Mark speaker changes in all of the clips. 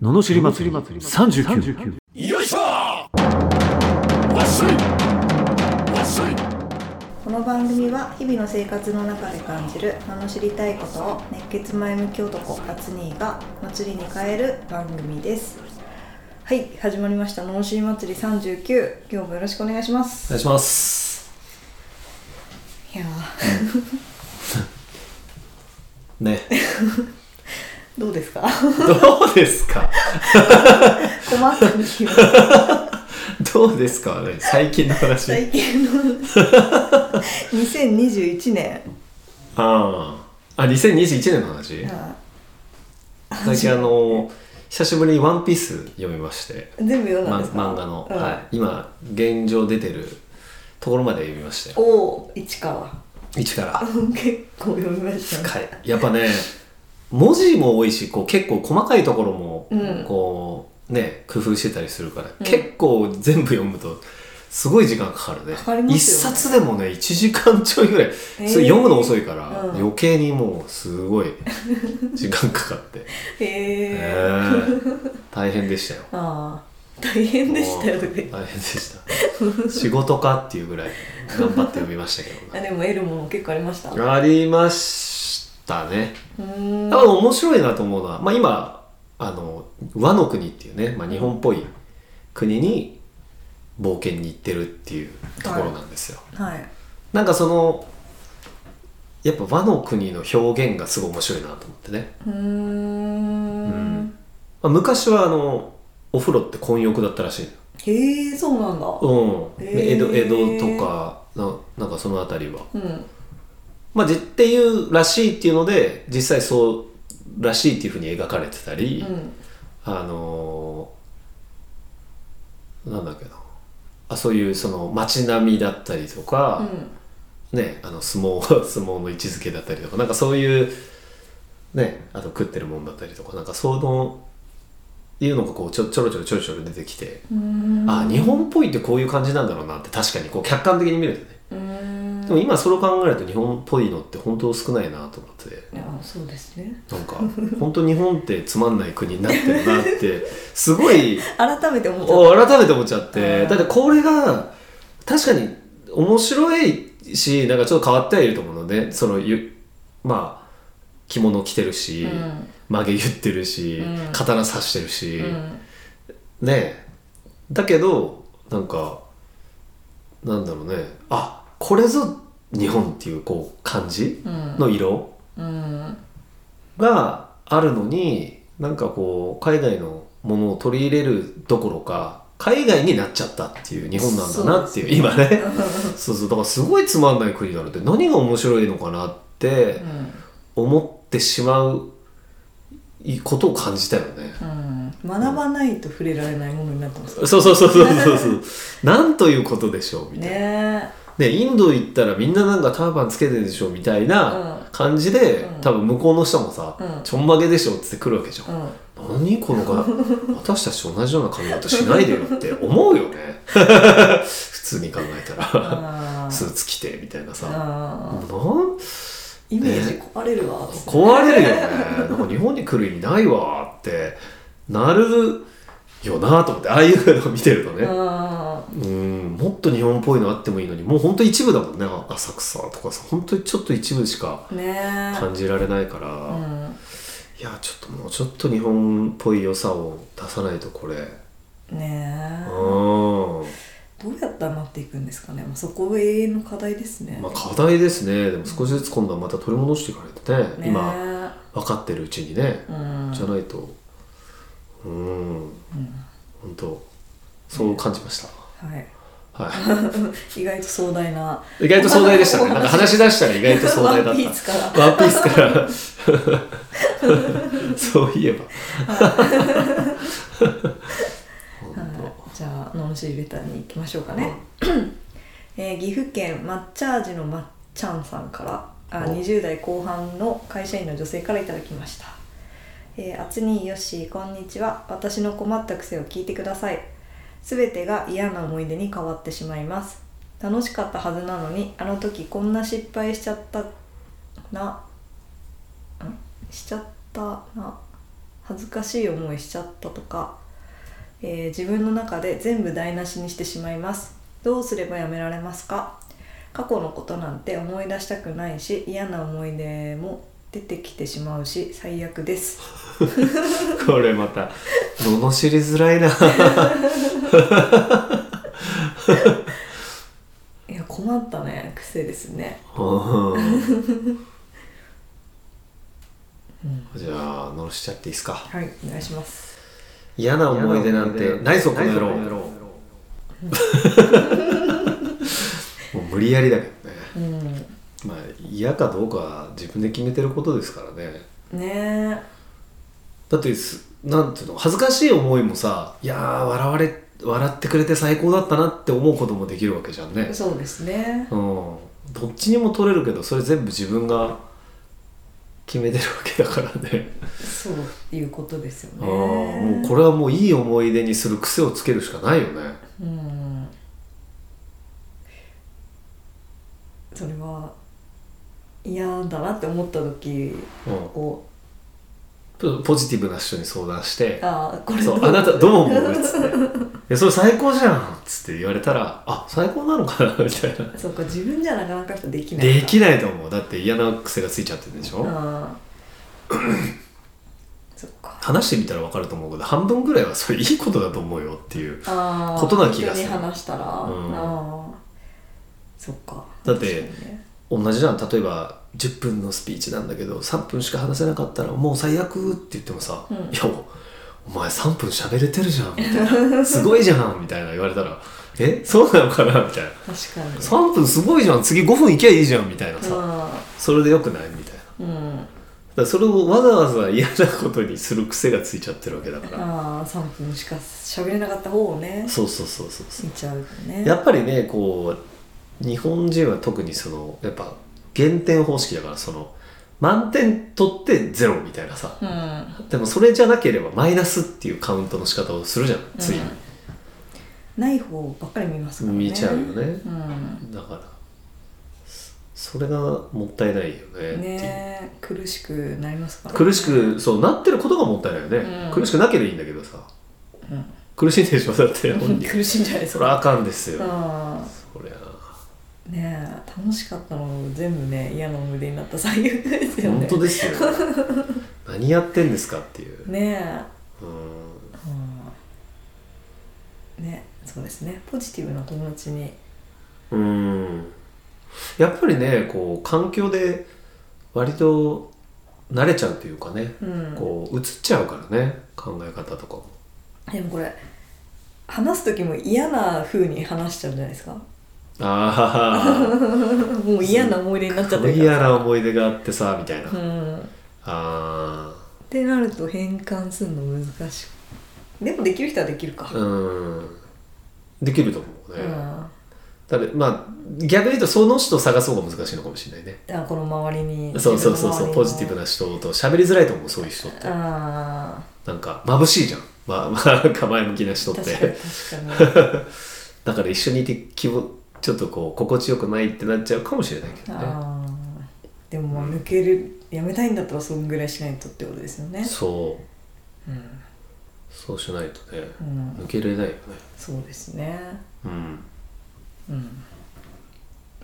Speaker 1: ののしり祭り39
Speaker 2: よいしょわっしょいわっしょい
Speaker 3: この番組は日々の生活の中で感じる名の知りたいことを熱血前向き男アツニーが祭りに変える番組ですはい始まりました「ののしり祭り39」今日もよろしくお願いします
Speaker 4: お願いします
Speaker 3: いや
Speaker 4: ね
Speaker 3: ーどうですか
Speaker 4: どうですか
Speaker 3: 困ったんですよ
Speaker 4: どうですかね最近の話
Speaker 3: 最近の 2021年
Speaker 4: あああ2021年の話
Speaker 3: あ
Speaker 4: 最近あの久しぶりに「ワンピース読みまして、
Speaker 3: ー全部読んだ
Speaker 4: ま、
Speaker 3: んですか、
Speaker 4: 漫画の、
Speaker 3: うん
Speaker 4: はい、今現状出てるところまで読みまして
Speaker 3: おお市川
Speaker 4: 一から
Speaker 3: 結構読みましたね
Speaker 4: 深いやっぱね文字も多いしこう結構細かいところも、
Speaker 3: うん
Speaker 4: こうね工夫してたりするから、
Speaker 3: ん
Speaker 4: 結構全部読むとすごい時間かかるね
Speaker 3: かかりますよね
Speaker 4: 一冊でもね1時間ちょいぐらい、
Speaker 3: ー
Speaker 4: それ読むの遅いから、
Speaker 3: うん
Speaker 4: 余計にもうすごい時間かかって、
Speaker 3: へ
Speaker 4: え
Speaker 3: え
Speaker 4: ー大変でしたよ
Speaker 3: ああ大変でしたよ
Speaker 4: もう
Speaker 3: ね
Speaker 4: 大変でした仕事かっていうぐらい頑張って読みましたけ
Speaker 3: あ でも得るもの結構ありましたう
Speaker 4: どありましたね
Speaker 3: ーん
Speaker 4: 多分面白いなと思うのは、まあ、今あの和の国っていうね、まあ、日本っぽい国に冒険に行ってるっていうところなんですよ、
Speaker 3: はい
Speaker 4: なんかそのやっぱ和の国の表現がすごい面白いなと思ってね、
Speaker 3: うー
Speaker 4: う
Speaker 3: ん
Speaker 4: んまあ、昔はあのお風呂って混浴だったらしい
Speaker 3: へえそうなんだ
Speaker 4: のうん、
Speaker 3: へー
Speaker 4: 江戸江戸とかななんかその辺りは
Speaker 3: うん
Speaker 4: まあじっていうらしいっていうので実際そうらしいっていうふうに描かれてたり、
Speaker 3: うん
Speaker 4: あのーなんだっけなあそういうその街並みだったりと
Speaker 3: う
Speaker 4: か、
Speaker 3: ん
Speaker 4: ねあの相撲 相撲の位置づけだったりとかなんかそういうねあと食ってるもんだったりとかなんかそのいうのがこうちょちょろちょろちょろちょろ出てきて、
Speaker 3: うーん
Speaker 4: あ日本っぽいってこういう感じなんだろうなって確かにこう客観的に見るとね、
Speaker 3: うーん
Speaker 4: でも今それを考えると日本っぽいのって本当少ないなと思って。
Speaker 3: いやそうですね
Speaker 4: なんか本当日本ってつまんない国になってるなってすごい
Speaker 3: 改めて思っちゃっ
Speaker 4: お改めて思っちゃって
Speaker 3: うん
Speaker 4: だってこれが確かに面白いしなんかちょっと変わってはいると思うのでそのゆまあ着物着てるし、
Speaker 3: たうん
Speaker 4: 曲げ言ってるし、
Speaker 3: うん
Speaker 4: 刀刺してるし、
Speaker 3: うん
Speaker 4: ねえだけどなんかなんだろうねあこれぞ日本っていうこう感じ
Speaker 3: うん
Speaker 4: の色、
Speaker 3: うん
Speaker 4: があるのになんかこう海外のものを取り入れるどころか海外になっちゃったっていう日本なんだなっていう今ねそうそうだからすごいつまんない国なので何が面白いのかなって
Speaker 3: うん
Speaker 4: 思ってしまうことを感じたよね。
Speaker 3: うん学ばないと触れられないものになってます
Speaker 4: そうそうそうそうそうそうなんということでしょうみたいな、ね
Speaker 3: ね
Speaker 4: インド行ったらみんななんかターバンつけてるでしょみたいな感じで、
Speaker 3: うん
Speaker 4: 多分向こうの人もさ、
Speaker 3: うん
Speaker 4: ちょんまげでしょっつって来るわけじゃん
Speaker 3: えう、ん
Speaker 4: 何このが 私たちと同じような髪型しないでよって思うよね 普通に考えた ら
Speaker 3: あ
Speaker 4: ス
Speaker 3: ー
Speaker 4: ーツ着てみたいなさなん
Speaker 3: あーイメージ壊れるわ
Speaker 4: 壊れるよねなんか日本に来る意味ないわってなるよなと思ってああいうのを見てるとね
Speaker 3: あ
Speaker 4: うんもっと日本っぽいのあってもいいのにもうほんと一部だもんねあ浅草とかさほんとちょっと一部しか
Speaker 3: ーね
Speaker 4: 感じられないから、
Speaker 3: えうん
Speaker 4: いやちょっともうちょっと日本っぽい良さを出さないとこれ
Speaker 3: ねえ
Speaker 4: うん
Speaker 3: どうやったらなっていくんですかね、まあ、そこが永遠の課題ですね,、
Speaker 4: まあ課題ですねでも少しずつ今度はまた取り戻していかないとね
Speaker 3: ね
Speaker 4: 今分かってるうちにね
Speaker 3: うん
Speaker 4: じゃないとうん本当そう感じました、
Speaker 3: はい、
Speaker 4: は、
Speaker 3: 意外と壮大ない
Speaker 4: 意外と壮大でしたねなんか話し出したら意外と壮大だ
Speaker 3: ワ
Speaker 4: っ
Speaker 3: ンピースから
Speaker 4: たワンピースからそういえば
Speaker 3: はい、じゃあノンシーレターに行きましょうかね、えー岐阜県抹茶味のまっちゃんさんからあ
Speaker 4: お
Speaker 3: 20代後半の会社員の女性からいただきました「えーあつにいよっしーこんにちは私の困った癖を聞いてください」「すべてが嫌な思い出に変わってしまいます」「楽しかったはずなのにあの時こんな失敗しちゃったな」ん「しちゃったな」恥ずかしい思いしちゃったとか、えー自分の中で全部台無しにしてしまいますどうすればやめられますか過去のことなんて思い出したくないし嫌な思い出も出てきてしまうし最悪です
Speaker 4: これまた罵りづらいな
Speaker 3: いや困ったね癖ですね
Speaker 4: うんじゃあ罵しちゃっていいですか
Speaker 3: はいお願いします
Speaker 4: 嫌な思い出なんてないぞこの野郎も う無理やりだけどね
Speaker 3: うんね
Speaker 4: まあ嫌かどうかは自分で決めてることですからね
Speaker 3: え
Speaker 4: だってすなんていうの恥ずかしい思いもさいやー笑われ笑ってくれて最高だったなって思うこともできるわけじゃんね
Speaker 3: そうですね
Speaker 4: うんどっちにも取れるけどそれ全部自分が決めてるわけだからね
Speaker 3: そういうことですよ
Speaker 4: あー
Speaker 3: ね
Speaker 4: もうこれはもういい思い出にする癖をつけるしかないよね
Speaker 3: うんそれは嫌だなって思った時
Speaker 4: うん
Speaker 3: を
Speaker 4: ポポジティブな人に相談して
Speaker 3: ああこ
Speaker 4: 「
Speaker 3: れ
Speaker 4: そうあなたどう思う?」っつって「えそれ最高じゃん」っつって言われたら「あ最高なのかな」みたい な
Speaker 3: そうか自分じゃなかなかやっぱできない
Speaker 4: できないと思うだって嫌な癖がついちゃってるでしょ、
Speaker 3: ああ そっか
Speaker 4: 話してみたら分かると思うけど半分ぐらいはそれいいことだと思うよっていう
Speaker 3: ああ
Speaker 4: ことな気がする
Speaker 3: 人に話したら、
Speaker 4: ん
Speaker 3: ああそっか
Speaker 4: だって
Speaker 3: 確かにね
Speaker 4: 同じじゃん例えば10分のスピーチなんだけど3分しか話せなかったらもう最悪って言ってもさ「
Speaker 3: うん
Speaker 4: いやお前3分喋れてるじゃん」みたいな「すごいじゃん」みたいな言われたら「えそうなのかな」みたいな
Speaker 3: 確か
Speaker 4: 「
Speaker 3: に
Speaker 4: 3分すごいじゃん次5分いきゃいいじゃん」みたいなさそれでよくないみたいなだ
Speaker 3: うん、うん、
Speaker 4: からそれをわざわざ嫌なことにする癖がついちゃってるわけだから
Speaker 3: ああ3分しか喋れなかった方をね
Speaker 4: そうそうそうそうそう
Speaker 3: 見ちゃうよね
Speaker 4: やっぱりねこう日本人は特にそのやっぱ減点方式だからその満点取ってゼロみたいなさ
Speaker 3: うん
Speaker 4: でもそれじゃなければマイナスっていうカウントの仕方をするじゃんつい
Speaker 3: ない方ばっかり見ますからね
Speaker 4: 見ちゃうよね
Speaker 3: うん
Speaker 4: だからそそれがもったいないよねっていう
Speaker 3: ねえ苦しくなりますから、ね、
Speaker 4: 苦しくそうなってることがもったいないよね、
Speaker 3: うん
Speaker 4: 苦しくなければいいんだけどさ、
Speaker 3: うん
Speaker 4: 苦しいでしょだって本人
Speaker 3: 苦しいんじゃないです
Speaker 4: そりゃ
Speaker 3: か
Speaker 4: あかんですよ、
Speaker 3: あ
Speaker 4: そりゃ
Speaker 3: あねえ楽しかったの全部ね嫌な思い出になった最悪ですよね
Speaker 4: 本当 ですよ何やってんですかっていう、
Speaker 3: ねえ、
Speaker 4: うん
Speaker 3: うん、ねそうですねポジティブな友達に
Speaker 4: うんやっぱりねこう環境で割と慣れちゃうというかね
Speaker 3: うん
Speaker 4: こう移っちゃうからね考え方とか も
Speaker 3: でもこれ話す時も嫌な風に話しちゃうんじゃな いですか
Speaker 4: あ
Speaker 3: もう嫌な思い出になっちゃ
Speaker 4: あ
Speaker 3: ってる
Speaker 4: 嫌な思い出があってさみたいな、
Speaker 3: う
Speaker 4: あ
Speaker 3: ん
Speaker 4: あ
Speaker 3: ってなると変換するの難しいでもできる人はできるか、
Speaker 4: ーうんできると思うね、
Speaker 3: うん
Speaker 4: ただまあ逆に言うとその人を探す方が難しいのかもしれないね
Speaker 3: あこの周りに
Speaker 4: そうそうそうそうポジティブ
Speaker 3: な
Speaker 4: な人と喋りづらいと思うそういう人って
Speaker 3: あ
Speaker 4: なんか眩しいじゃんまあまあなんか前向きな人
Speaker 3: ー
Speaker 4: って
Speaker 3: 確か に確か
Speaker 4: だから一緒にいて気分ちょっとこう心地よくないってなっちゃうかもしれないけ
Speaker 3: に
Speaker 4: どね
Speaker 3: あーでもまあ抜けるやめたいんだったらそんぐらいしないとってことですよね
Speaker 4: そう
Speaker 3: うん、
Speaker 4: そうしないとね、
Speaker 3: うん
Speaker 4: 抜けられないよね
Speaker 3: そうですね
Speaker 4: うん
Speaker 3: うん、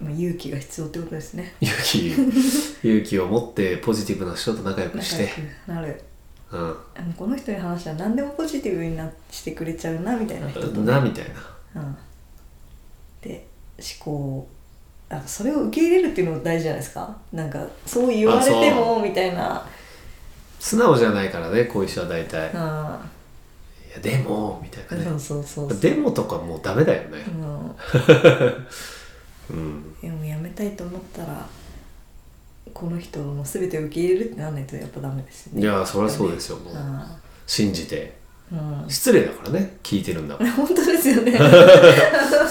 Speaker 3: まあ、勇気が必要ってことですね
Speaker 4: 勇気勇気を持ってポジティブな人と仲良くして
Speaker 3: 仲良くなる
Speaker 4: うん
Speaker 3: あのこの人に話したら何でもポジティブになしてくれちゃうなみたいな人と、ね、
Speaker 4: なみたいな
Speaker 3: うん、で思考をあそれを受け入れるっていうのも大事じゃないですかなんかそう言われて
Speaker 4: あ
Speaker 3: もみたいな
Speaker 4: 素直じゃないからねこういう人は大体「い
Speaker 3: あ
Speaker 4: やでも」みたいな
Speaker 3: そう
Speaker 4: ね
Speaker 3: そうそう
Speaker 4: でもとかもうダメだよ
Speaker 3: う
Speaker 4: ね
Speaker 3: ん、
Speaker 4: うん
Speaker 3: でもやめたいと思ったらこの人の全てを受け入れるってならないとやっぱダメですよ
Speaker 4: い
Speaker 3: ね
Speaker 4: やそりゃそうですよもう
Speaker 3: あ
Speaker 4: 信じて
Speaker 3: ーうん
Speaker 4: 失礼だからね聞いてるんだから
Speaker 3: 本当です よね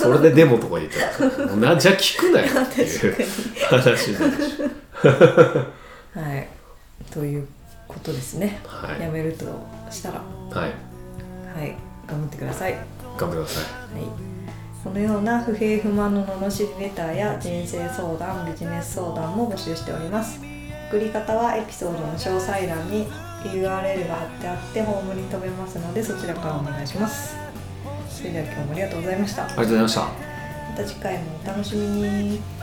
Speaker 4: それでデモとか言ったらもうなじゃあ聞くなよってい
Speaker 3: 確か
Speaker 4: う話になるし
Speaker 3: にはいということですね、
Speaker 4: はい
Speaker 3: やめるとしたら
Speaker 4: はい
Speaker 3: はい頑張ってください
Speaker 4: 頑張ってください
Speaker 3: はい、このような不平不満の罵りレターや人生相談ビジネス相談も募集しております送り方はエピソードの詳細欄に「 URL が貼ってあってホームに飛べますのでそちらからお願いしますそれでは今日もありがとうございました
Speaker 4: りがとうございました
Speaker 3: また次回もお楽しみに